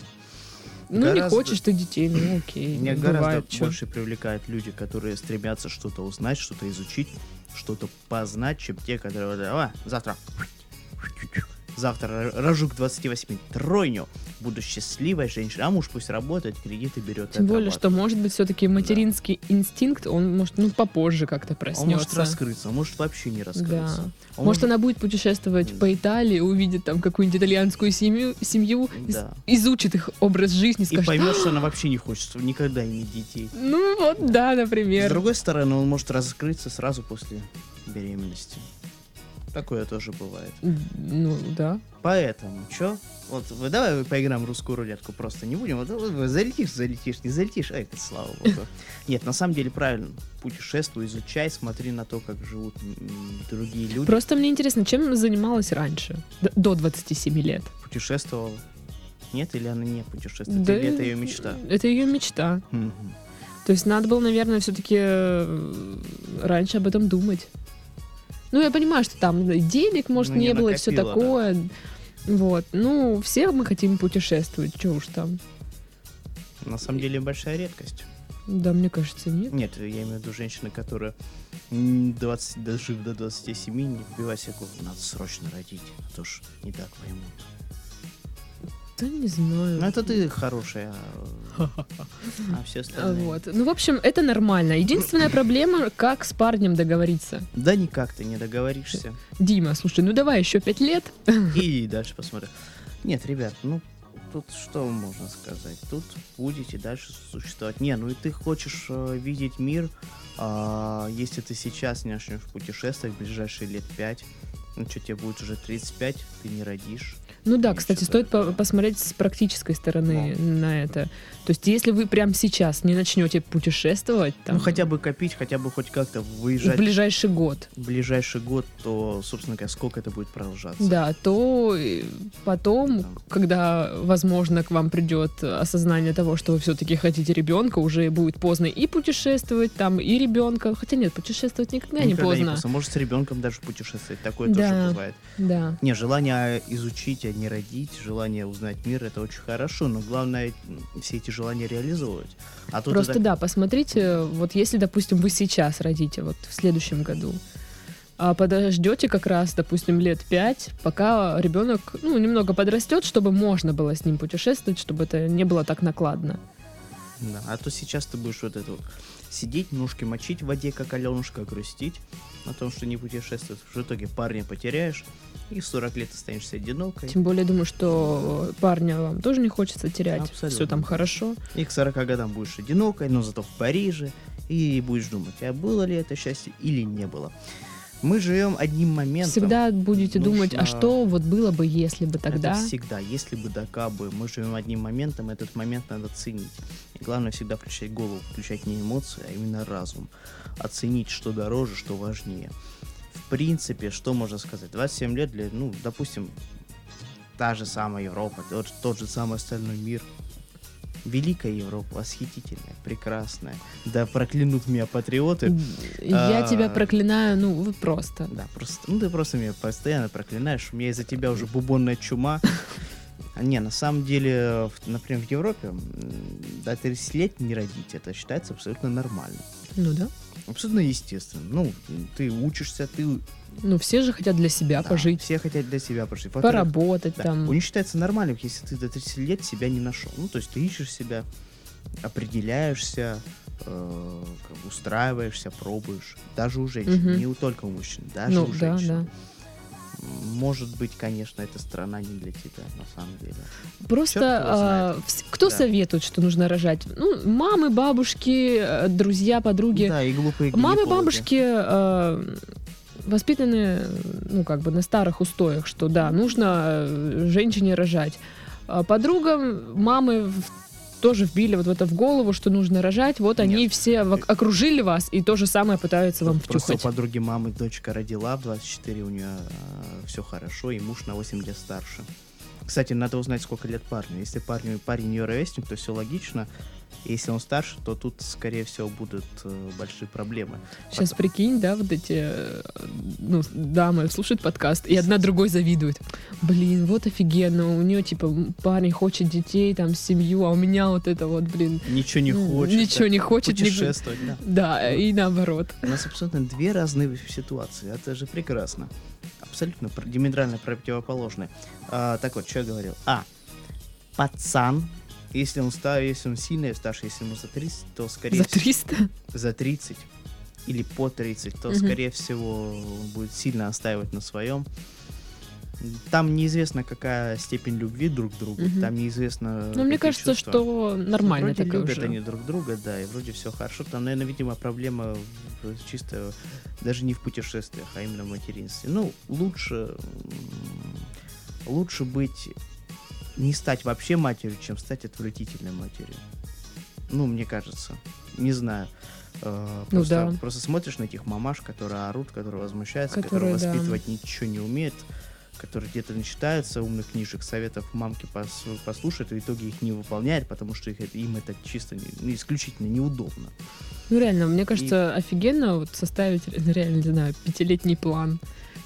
Speaker 1: Ну, не
Speaker 2: Гораздо-
Speaker 1: хочешь ты детей, ну окей.
Speaker 2: Меня
Speaker 1: бывает,
Speaker 2: гораздо
Speaker 1: чё.
Speaker 2: больше привлекают люди, которые стремятся что-то узнать, что-то изучить, что-то познать, чем те, которые вот, а, завтра. Завтра рожу к 28 тройню, буду счастливой женщиной, а муж пусть работает, кредиты берет. и
Speaker 1: Тем более, что,
Speaker 2: отрабатывает.
Speaker 1: может быть, все-таки материнский инстинкт, он может, ну, попозже как-то проснется.
Speaker 2: Он А может раскрыться, он может вообще не раскрыться. А
Speaker 1: Да.
Speaker 2: Он
Speaker 1: Может, она будет путешествовать
Speaker 2: Мгм.
Speaker 1: по Италии, увидит там какую-нибудь итальянскую семью, семью и с-
Speaker 2: Да.
Speaker 1: изучит их образ жизни,
Speaker 2: И
Speaker 1: скажет, «А».
Speaker 2: поймет, что она вообще не хочет чтобы никогда иметь детей.
Speaker 1: ну вот, да, например.
Speaker 2: С другой стороны, он может раскрыться сразу после беременности. Такое тоже бывает.
Speaker 1: Ну, да.
Speaker 2: Поэтому, чё? Вот, вы- давай поиграем в русскую рулетку, просто не будем. Вот, э, залетишь, залетишь, не залетишь, ай, ты, слава богу. Нет, на самом деле правильно. Путешествуй, изучай, смотри на то, как живут м, другие люди.
Speaker 1: Просто мне интересно, чем занималась раньше, Д- до 27 лет?
Speaker 2: Путешествовала. Нет, или она не путешествует,
Speaker 1: Да,
Speaker 2: или это ее мечта.
Speaker 1: Это ее мечта.
Speaker 2: Мгм.
Speaker 1: То есть надо было, наверное, все-таки раньше об этом думать. Ну, я понимаю, что там и денег, может,
Speaker 2: Ну,
Speaker 1: не,
Speaker 2: не
Speaker 1: было, и все
Speaker 2: накопила, да.
Speaker 1: такое. Вот. Ну, все мы хотим путешествовать, чего уж там.
Speaker 2: На самом деле большая редкость.
Speaker 1: Да, мне кажется, нет.
Speaker 2: Нет, я имею в виду женщины, которая м, 20, дожив до 27, не вбивай себе в голову, надо срочно родить, а то ж не так поймут.
Speaker 1: Да не знаю.
Speaker 2: Ну это ты хорошая, а, а все
Speaker 1: А,
Speaker 2: остальные...
Speaker 1: Вот. Ну, в общем, это нормально. Единственная проблема, как с парнем договориться.
Speaker 2: Да никак ты не договоришься.
Speaker 1: Дима, слушай, ну давай еще пять лет.
Speaker 2: И дальше посмотрим. Нет, ребят, ну тут что можно сказать? Тут будете дальше существовать. Не, ну и ты хочешь э, видеть мир, а, если ты сейчас не начнешь путешествовать в ближайшие лет 5, ну что, тебе будет уже 35, ты не родишь.
Speaker 1: Ну да,
Speaker 2: И
Speaker 1: кстати,
Speaker 2: что-то
Speaker 1: стоит по-
Speaker 2: такое.
Speaker 1: посмотреть с практической стороны на это. То есть, если вы прямо сейчас не начнете путешествовать, там,
Speaker 2: Ну хотя бы копить, хотя бы хоть как-то
Speaker 1: в
Speaker 2: выезжать
Speaker 1: ближайший год,
Speaker 2: в ближайший год, то, собственно говоря, сколько это будет продолжаться?
Speaker 1: да, то э, потом,
Speaker 2: Там.
Speaker 1: когда, возможно, к вам придет осознание того, что вы все-таки хотите ребенка, уже будет поздно и путешествовать там, и ребенка. Хотя нет, путешествовать никогда,
Speaker 2: Никогда
Speaker 1: Ну, не поздно.
Speaker 2: Может, с ребенком даже путешествовать. Такое
Speaker 1: Да.
Speaker 2: тоже бывает.
Speaker 1: да.
Speaker 2: Не, желание изучить, а не родить, желание узнать мир, это очень хорошо, но главное м, все эти желания реализовывать. А тут
Speaker 1: Просто
Speaker 2: это-
Speaker 1: да, посмотрите, вот если, допустим, вы сейчас родите, вот в следующем году, а подождете как раз, допустим, лет пять, пока ребенок, ну, немного подрастет, чтобы можно было с ним путешествовать, чтобы это не было так накладно.
Speaker 2: Да, а то сейчас ты будешь вот это вот сидеть, ножки мочить в воде, как Аленушка, грустить о том, что не путешествует. В итоге парня потеряешь, и в 40 лет останешься одинокой.
Speaker 1: Тем более, думаю, что э, парня вам тоже не хочется терять.
Speaker 2: Абсолютно.
Speaker 1: Все там хорошо.
Speaker 2: И к 40 годам будешь одинокой, но зато в Париже. И будешь думать, а было ли это счастье или не было. Мы живем одним моментом.
Speaker 1: Всегда будете думать, а
Speaker 2: нужно-
Speaker 1: что вот было бы, если бы тогда...
Speaker 2: Это всегда. Если бы да как бы, мы живем одним моментом, этот момент надо ценить. И главное всегда включать голову, включать не эмоции, а именно разум. Оценить, что дороже, что важнее. В принципе, что можно сказать? 27 лет для, ну, допустим, та же самая Европа, тот, тот же самый остальной мир. Великая Европа, восхитительная, прекрасная. Да проклянут меня патриоты.
Speaker 1: Я
Speaker 2: а-
Speaker 1: тебя проклинаю, ну, вы просто.
Speaker 2: Да, просто, ну ты просто меня постоянно проклинаешь, у меня из-за тебя уже бубонная чума. А Не, на самом деле, в- например, в Европе м, до 30 лет не родить, это считается абсолютно нормально,
Speaker 1: Ну да.
Speaker 2: абсолютно естественно. Ну, ты учишься, ты...
Speaker 1: Ну, все же хотят для себя
Speaker 2: да,
Speaker 1: А пожить.
Speaker 2: Все хотят для себя прожить. Во-вторых,
Speaker 1: поработать
Speaker 2: да,
Speaker 1: там.
Speaker 2: У них считается нормальным, если ты до 30 лет себя не нашел. Ну, то есть ты ищешь себя, определяешься, э, как бы устраиваешься, пробуешь. Даже у женщин,
Speaker 1: Мгм.
Speaker 2: не у- только у мужчин, даже
Speaker 1: Ну
Speaker 2: у
Speaker 1: да,
Speaker 2: женщин.
Speaker 1: да.
Speaker 2: Может быть, конечно, эта страна не для тебя, на самом деле.
Speaker 1: Просто
Speaker 2: Чёрт его
Speaker 1: а, вс- кто
Speaker 2: Да.
Speaker 1: советует, что нужно рожать? Ну, мамы, бабушки, э, друзья, подруги.
Speaker 2: Да, и глупые
Speaker 1: мамы,
Speaker 2: гинекологи.
Speaker 1: бабушки э, воспитаны, ну, как бы на старых устоях, что да, нужно э, женщине рожать. А подругам мамы в- тоже вбили вот в это в голову, что нужно рожать. Вот они
Speaker 2: Нет.
Speaker 1: все вок- окружили вас и то же самое пытаются вам
Speaker 2: Просто у
Speaker 1: втюхать.
Speaker 2: подруги мамы дочка родила, в 24 у нее все хорошо, и муж на 8 лет старше. Кстати, надо узнать, сколько лет парню. Если парню парень ее ровесник, то все логично. Если он старше, то тут, скорее всего, будут э, большие проблемы.
Speaker 1: Сейчас прикинь, да, вот эти э, ну, дамы слушают подкаст, и одна другой завидует. Блин, вот офигенно, у нее типа м, парень хочет детей, там семью, а у меня вот это вот, блин,
Speaker 2: Ничего не
Speaker 1: м,
Speaker 2: хочет.
Speaker 1: ничего
Speaker 2: да,
Speaker 1: не хочет, не-
Speaker 2: Путешествовать, да.
Speaker 1: да, и наоборот.
Speaker 2: У нас абсолютно две разные ситуации. Это же прекрасно. Абсолютно пр- диаметрально противоположные. А, так вот, что я говорил? А. Пацан. Если он стар, если он сильный, старше, если ему за 30, то скорее
Speaker 1: За
Speaker 2: всего
Speaker 1: 300?
Speaker 2: за 30 или по 30, то,
Speaker 1: Мгм.
Speaker 2: скорее всего, он будет сильно настаивать на своем. Там неизвестно, какая степень любви друг к другу.
Speaker 1: Мгм.
Speaker 2: Там неизвестно.
Speaker 1: Ну, мне
Speaker 2: какие
Speaker 1: кажется,
Speaker 2: чувства.
Speaker 1: что нормально
Speaker 2: Вроде
Speaker 1: такая
Speaker 2: любят они
Speaker 1: уже.
Speaker 2: друг друга, да, и вроде все хорошо. Там, наверное, видимо, проблема в- чисто даже не в путешествиях, а именно в материнстве. Ну, лучше, м, лучше быть, не стать вообще матерью, чем стать отвратительной матерью. Ну, мне кажется. Не знаю. Э,
Speaker 1: Ну
Speaker 2: Просто,
Speaker 1: да.
Speaker 2: просто смотришь на этих мамаш, которые орут, которые возмущаются,
Speaker 1: Которые,
Speaker 2: которые,
Speaker 1: да.
Speaker 2: воспитывать ничего не умеют, которые где-то начитаются умных книжек, советов мамки пос- послушают, и в итоге их не выполняют, потому что их, это- им это чисто не- ну, исключительно неудобно.
Speaker 1: Ну, реально, мне кажется, офигенно вот составить, ре- реально, не знаю, пятилетний план.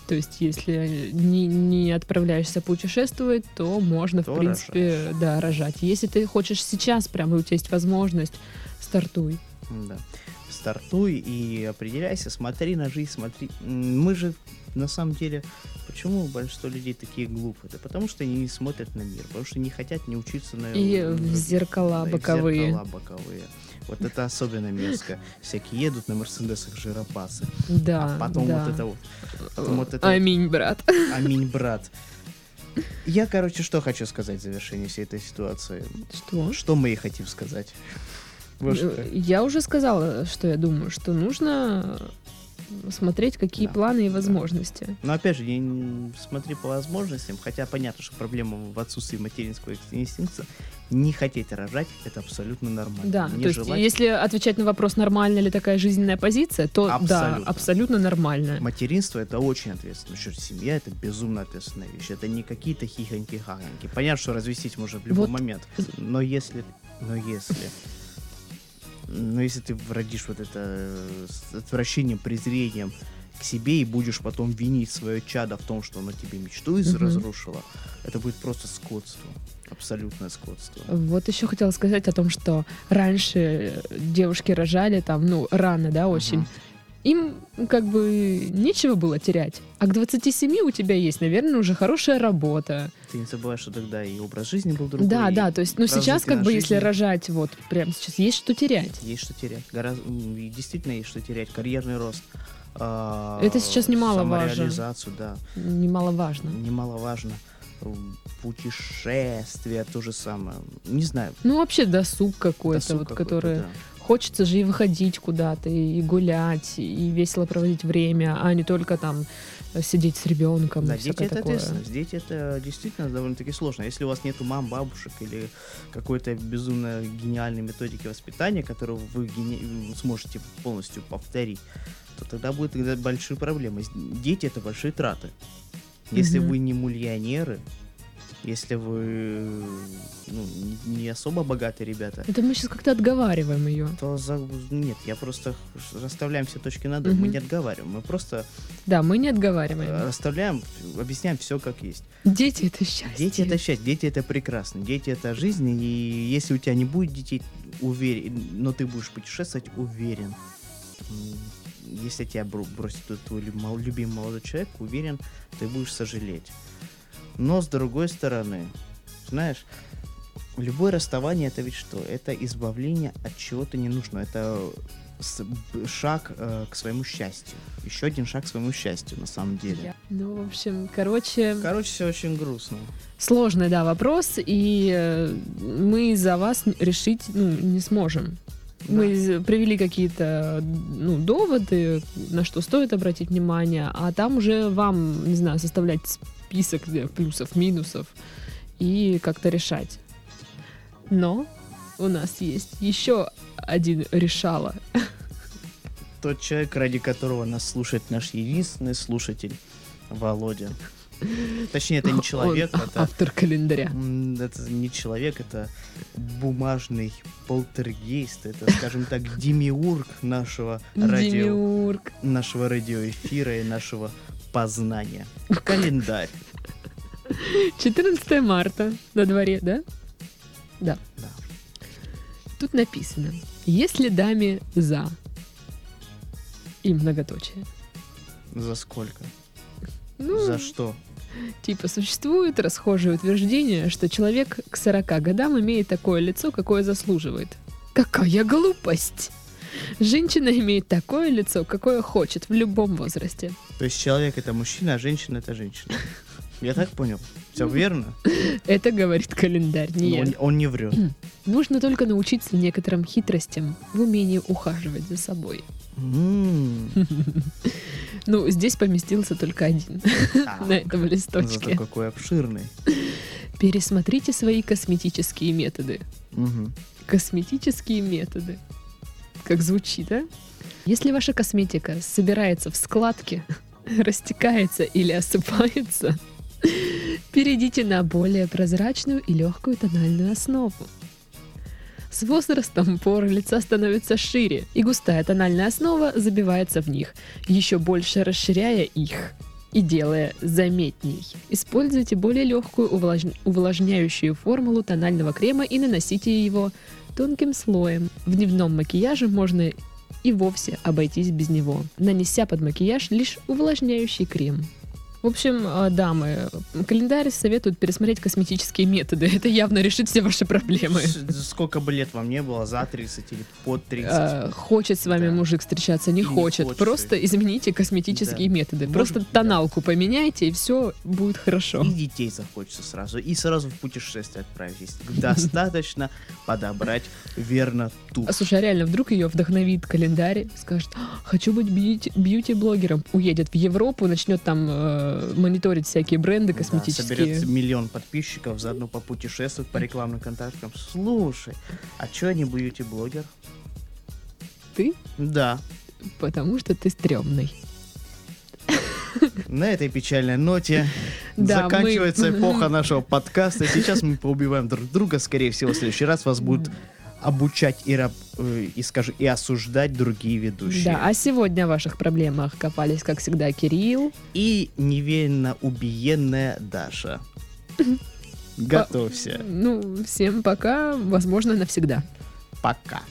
Speaker 1: То есть, если не, не отправляешься путешествовать, то можно, в
Speaker 2: То
Speaker 1: принципе, да, рожать. Если ты хочешь сейчас, прямо и у тебя есть возможность, стартуй.
Speaker 2: Да. Стартуй и определяйся, смотри на жизнь, смотри. М, Мы же на самом деле, почему большинство людей такие глупые? Да потому что они не смотрят на мир, потому что не хотят не учиться на
Speaker 1: И
Speaker 2: на-
Speaker 1: в зеркала
Speaker 2: Э, Да, и в
Speaker 1: боковые.
Speaker 2: зеркала боковые. Вот это особенно мерзко. Всякие едут на мерседесах жиропасы.
Speaker 1: Да,
Speaker 2: а потом
Speaker 1: да.
Speaker 2: вот это вот.
Speaker 1: Э,
Speaker 2: потом вот это вот.
Speaker 1: Аминь, брат.
Speaker 2: Аминь, брат. Я, короче, что хочу сказать в завершении всей этой ситуации?
Speaker 1: Что?
Speaker 2: Что мы и хотим сказать? Вот что.
Speaker 1: Э, Я уже сказала, что я думаю, что нужно смотреть, какие
Speaker 2: Да,
Speaker 1: планы и
Speaker 2: да.
Speaker 1: возможности.
Speaker 2: Но опять же, не- не смотри по возможностям, хотя понятно, что проблема в отсутствии материнского инстинкта. Не хотеть рожать – это абсолютно нормально.
Speaker 1: Да,
Speaker 2: Не
Speaker 1: то есть,
Speaker 2: желать
Speaker 1: если отвечать на вопрос, нормальна ли такая жизненная позиция, то да,
Speaker 2: Абсолютно.
Speaker 1: абсолютно нормальная.
Speaker 2: Материнство это очень ответственно. Еще семья это безумно ответственная вещь. Это не какие-то хихоньки-хахоньки. Понятно, что развестись можно в любой
Speaker 1: Вот.
Speaker 2: момент. Но если. Но если. Но если ты родишь вот это э, с отвращением, презрением к себе и будешь потом винить свое чадо в том, что оно тебе мечту из-
Speaker 1: Мгм.
Speaker 2: разрушило, это будет просто скотство. Абсолютное скотство.
Speaker 1: Вот еще хотела сказать о том, что раньше э, девушки рожали там, ну, рано, да, очень.
Speaker 2: Мгм.
Speaker 1: Им как бы нечего было терять. А к 27 у тебя есть, наверное, уже хорошая работа.
Speaker 2: Ты не забывай, что тогда и образ жизни был другой.
Speaker 1: да,
Speaker 2: и
Speaker 1: да, то есть, ну, сейчас как
Speaker 2: развитие
Speaker 1: бы,
Speaker 2: на
Speaker 1: если
Speaker 2: жизни.
Speaker 1: рожать вот прямо сейчас, есть что терять.
Speaker 2: Есть что терять. Гораздо, м, и действительно есть что терять. Карьерный рост. а,
Speaker 1: Это сейчас немаловажно.
Speaker 2: Самореализацию, да.
Speaker 1: Немаловажно.
Speaker 2: Немаловажно. М, Путешествие, то же самое. Не знаю.
Speaker 1: Ну, вообще досуг какой-то,
Speaker 2: досуг
Speaker 1: вот,
Speaker 2: какой-то,
Speaker 1: который...
Speaker 2: да.
Speaker 1: Хочется же и выходить куда-то, и гулять, и весело проводить время, а не только там сидеть с ребенком
Speaker 2: Да,
Speaker 1: и
Speaker 2: дети
Speaker 1: всякое
Speaker 2: это
Speaker 1: такое.
Speaker 2: ответственность. Дети это действительно довольно-таки сложно. Если у вас нету мам, бабушек или какой-то безумно гениальной методики воспитания, которую вы гени- сможете полностью повторить, то тогда будут тогда большие проблемы. С- Дети это большие траты. Если
Speaker 1: Мгм.
Speaker 2: вы не мульонеры, если вы ну, не- не особо богатые ребята,
Speaker 1: Это мы сейчас как-то отговариваем ее.
Speaker 2: то за... нет, я просто х- расставляем все точки над «и». Мы
Speaker 1: Мгм.
Speaker 2: не отговариваем, мы просто
Speaker 1: Да, мы не
Speaker 2: э,
Speaker 1: отговариваем.
Speaker 2: расставляем, объясняем все как есть.
Speaker 1: Дети это счастье.
Speaker 2: Дети это счастье, дети это прекрасно, дети это жизнь, и если у тебя не будет детей, уверен, но ты будешь путешествовать, уверен. М, Если тебя бру- бросит твой- твой лю- мол- любимый молодой человек, уверен, ты будешь сожалеть. Но с другой стороны, знаешь, любое расставание это ведь что? Это избавление от чего-то ненужного. Это с- б- шаг э, к своему счастью. Еще один шаг к своему счастью, на самом деле.
Speaker 1: Я- Ну, в общем, короче,
Speaker 2: Короче, все очень грустно.
Speaker 1: сложный, да, вопрос, и э, мы за вас н- решить ну, не сможем. Мы з- привели какие-то ну, доводы, на что стоит обратить внимание, а там уже вам, не знаю, составлять список э, плюсов, минусов и как-то решать. Но у нас есть еще один решало.
Speaker 2: тот человек, ради которого нас слушает наш единственный слушатель, Володя. Точнее, это не человек,
Speaker 1: Он
Speaker 2: это,
Speaker 1: автор календаря.
Speaker 2: м, это не человек, это бумажный полтергейст, это, скажем так, демиург нашего радио,
Speaker 1: Демиург.
Speaker 2: нашего радиоэфира и нашего познания. Календарь.
Speaker 1: 14 марта на дворе, да?
Speaker 2: Да.
Speaker 1: Тут написано, если даме за и многоточие.
Speaker 2: За сколько?
Speaker 1: Ну,
Speaker 2: За что?
Speaker 1: типа существует расхожее утверждение, что человек к 40 годам имеет такое лицо, какое заслуживает. Какая глупость! Женщина имеет такое лицо, какое хочет в любом возрасте.
Speaker 2: То есть человек это мужчина, а женщина это женщина. Я так понял. Все верно?
Speaker 1: Это говорит календарь, не
Speaker 2: Ну,
Speaker 1: я.
Speaker 2: Он, он не врет.
Speaker 1: Нужно только научиться некоторым хитростям в умении ухаживать за собой.
Speaker 2: М.
Speaker 1: Ну, здесь поместился только один
Speaker 2: Так.
Speaker 1: на этом листочке.
Speaker 2: Зато Ну, какой обширный.
Speaker 1: Пересмотрите свои косметические методы.
Speaker 2: Мгм.
Speaker 1: Косметические методы. Как звучит, а? Если ваша косметика собирается в складки, растекается или осыпается, перейдите на более прозрачную и легкую тональную основу. С возрастом поры лица становятся шире, и густая тональная основа забивается в них, еще больше расширяя их и делая заметней. Используйте более легкую увлаж- увлажняющую формулу тонального крема и наносите его тонким слоем. В дневном макияже можно и вовсе обойтись без него, нанеся под макияж лишь увлажняющий крем. В общем, э, дамы, календарь советуют пересмотреть косметические методы. Это явно решит все ваши проблемы.
Speaker 2: С- Сколько бы лет вам не было, за 30 или под 30.
Speaker 1: Э, Хочет с вами
Speaker 2: Да.
Speaker 1: мужик встречаться, не
Speaker 2: Или не
Speaker 1: хочет.
Speaker 2: хочет.
Speaker 1: Просто измените косметические
Speaker 2: Да.
Speaker 1: методы.
Speaker 2: Может,
Speaker 1: Просто
Speaker 2: да.
Speaker 1: тоналку поменяйте, и все будет хорошо.
Speaker 2: И детей захочется сразу. И сразу в путешествие отправитесь. Достаточно подобрать верно ту.
Speaker 1: А, Слушай, а реально, вдруг ее вдохновит календарь, скажет, «А, хочу быть бьюти- бьюти-блогером, уедет в Европу, начнет там э, мониторить всякие бренды
Speaker 2: Да,
Speaker 1: косметические.
Speaker 2: соберет миллион подписчиков, заодно попутешествует по рекламным контактам. Слушай, а чё я не бьюти-блогер?
Speaker 1: Ты?
Speaker 2: Да.
Speaker 1: Потому что ты стрёмный.
Speaker 2: На этой печальной ноте
Speaker 1: Да,
Speaker 2: заканчивается
Speaker 1: мы-
Speaker 2: эпоха нашего подкаста. Сейчас мы поубиваем друг друга. Скорее всего, в следующий раз вас будут обучать и, раб- э, и, скажи, и осуждать другие ведущие.
Speaker 1: Да, а сегодня о ваших проблемах копались, как всегда, Кирилл.
Speaker 2: И невинно убиенная Даша. Готовься.
Speaker 1: Ну, всем пока, возможно, навсегда.
Speaker 2: Пока.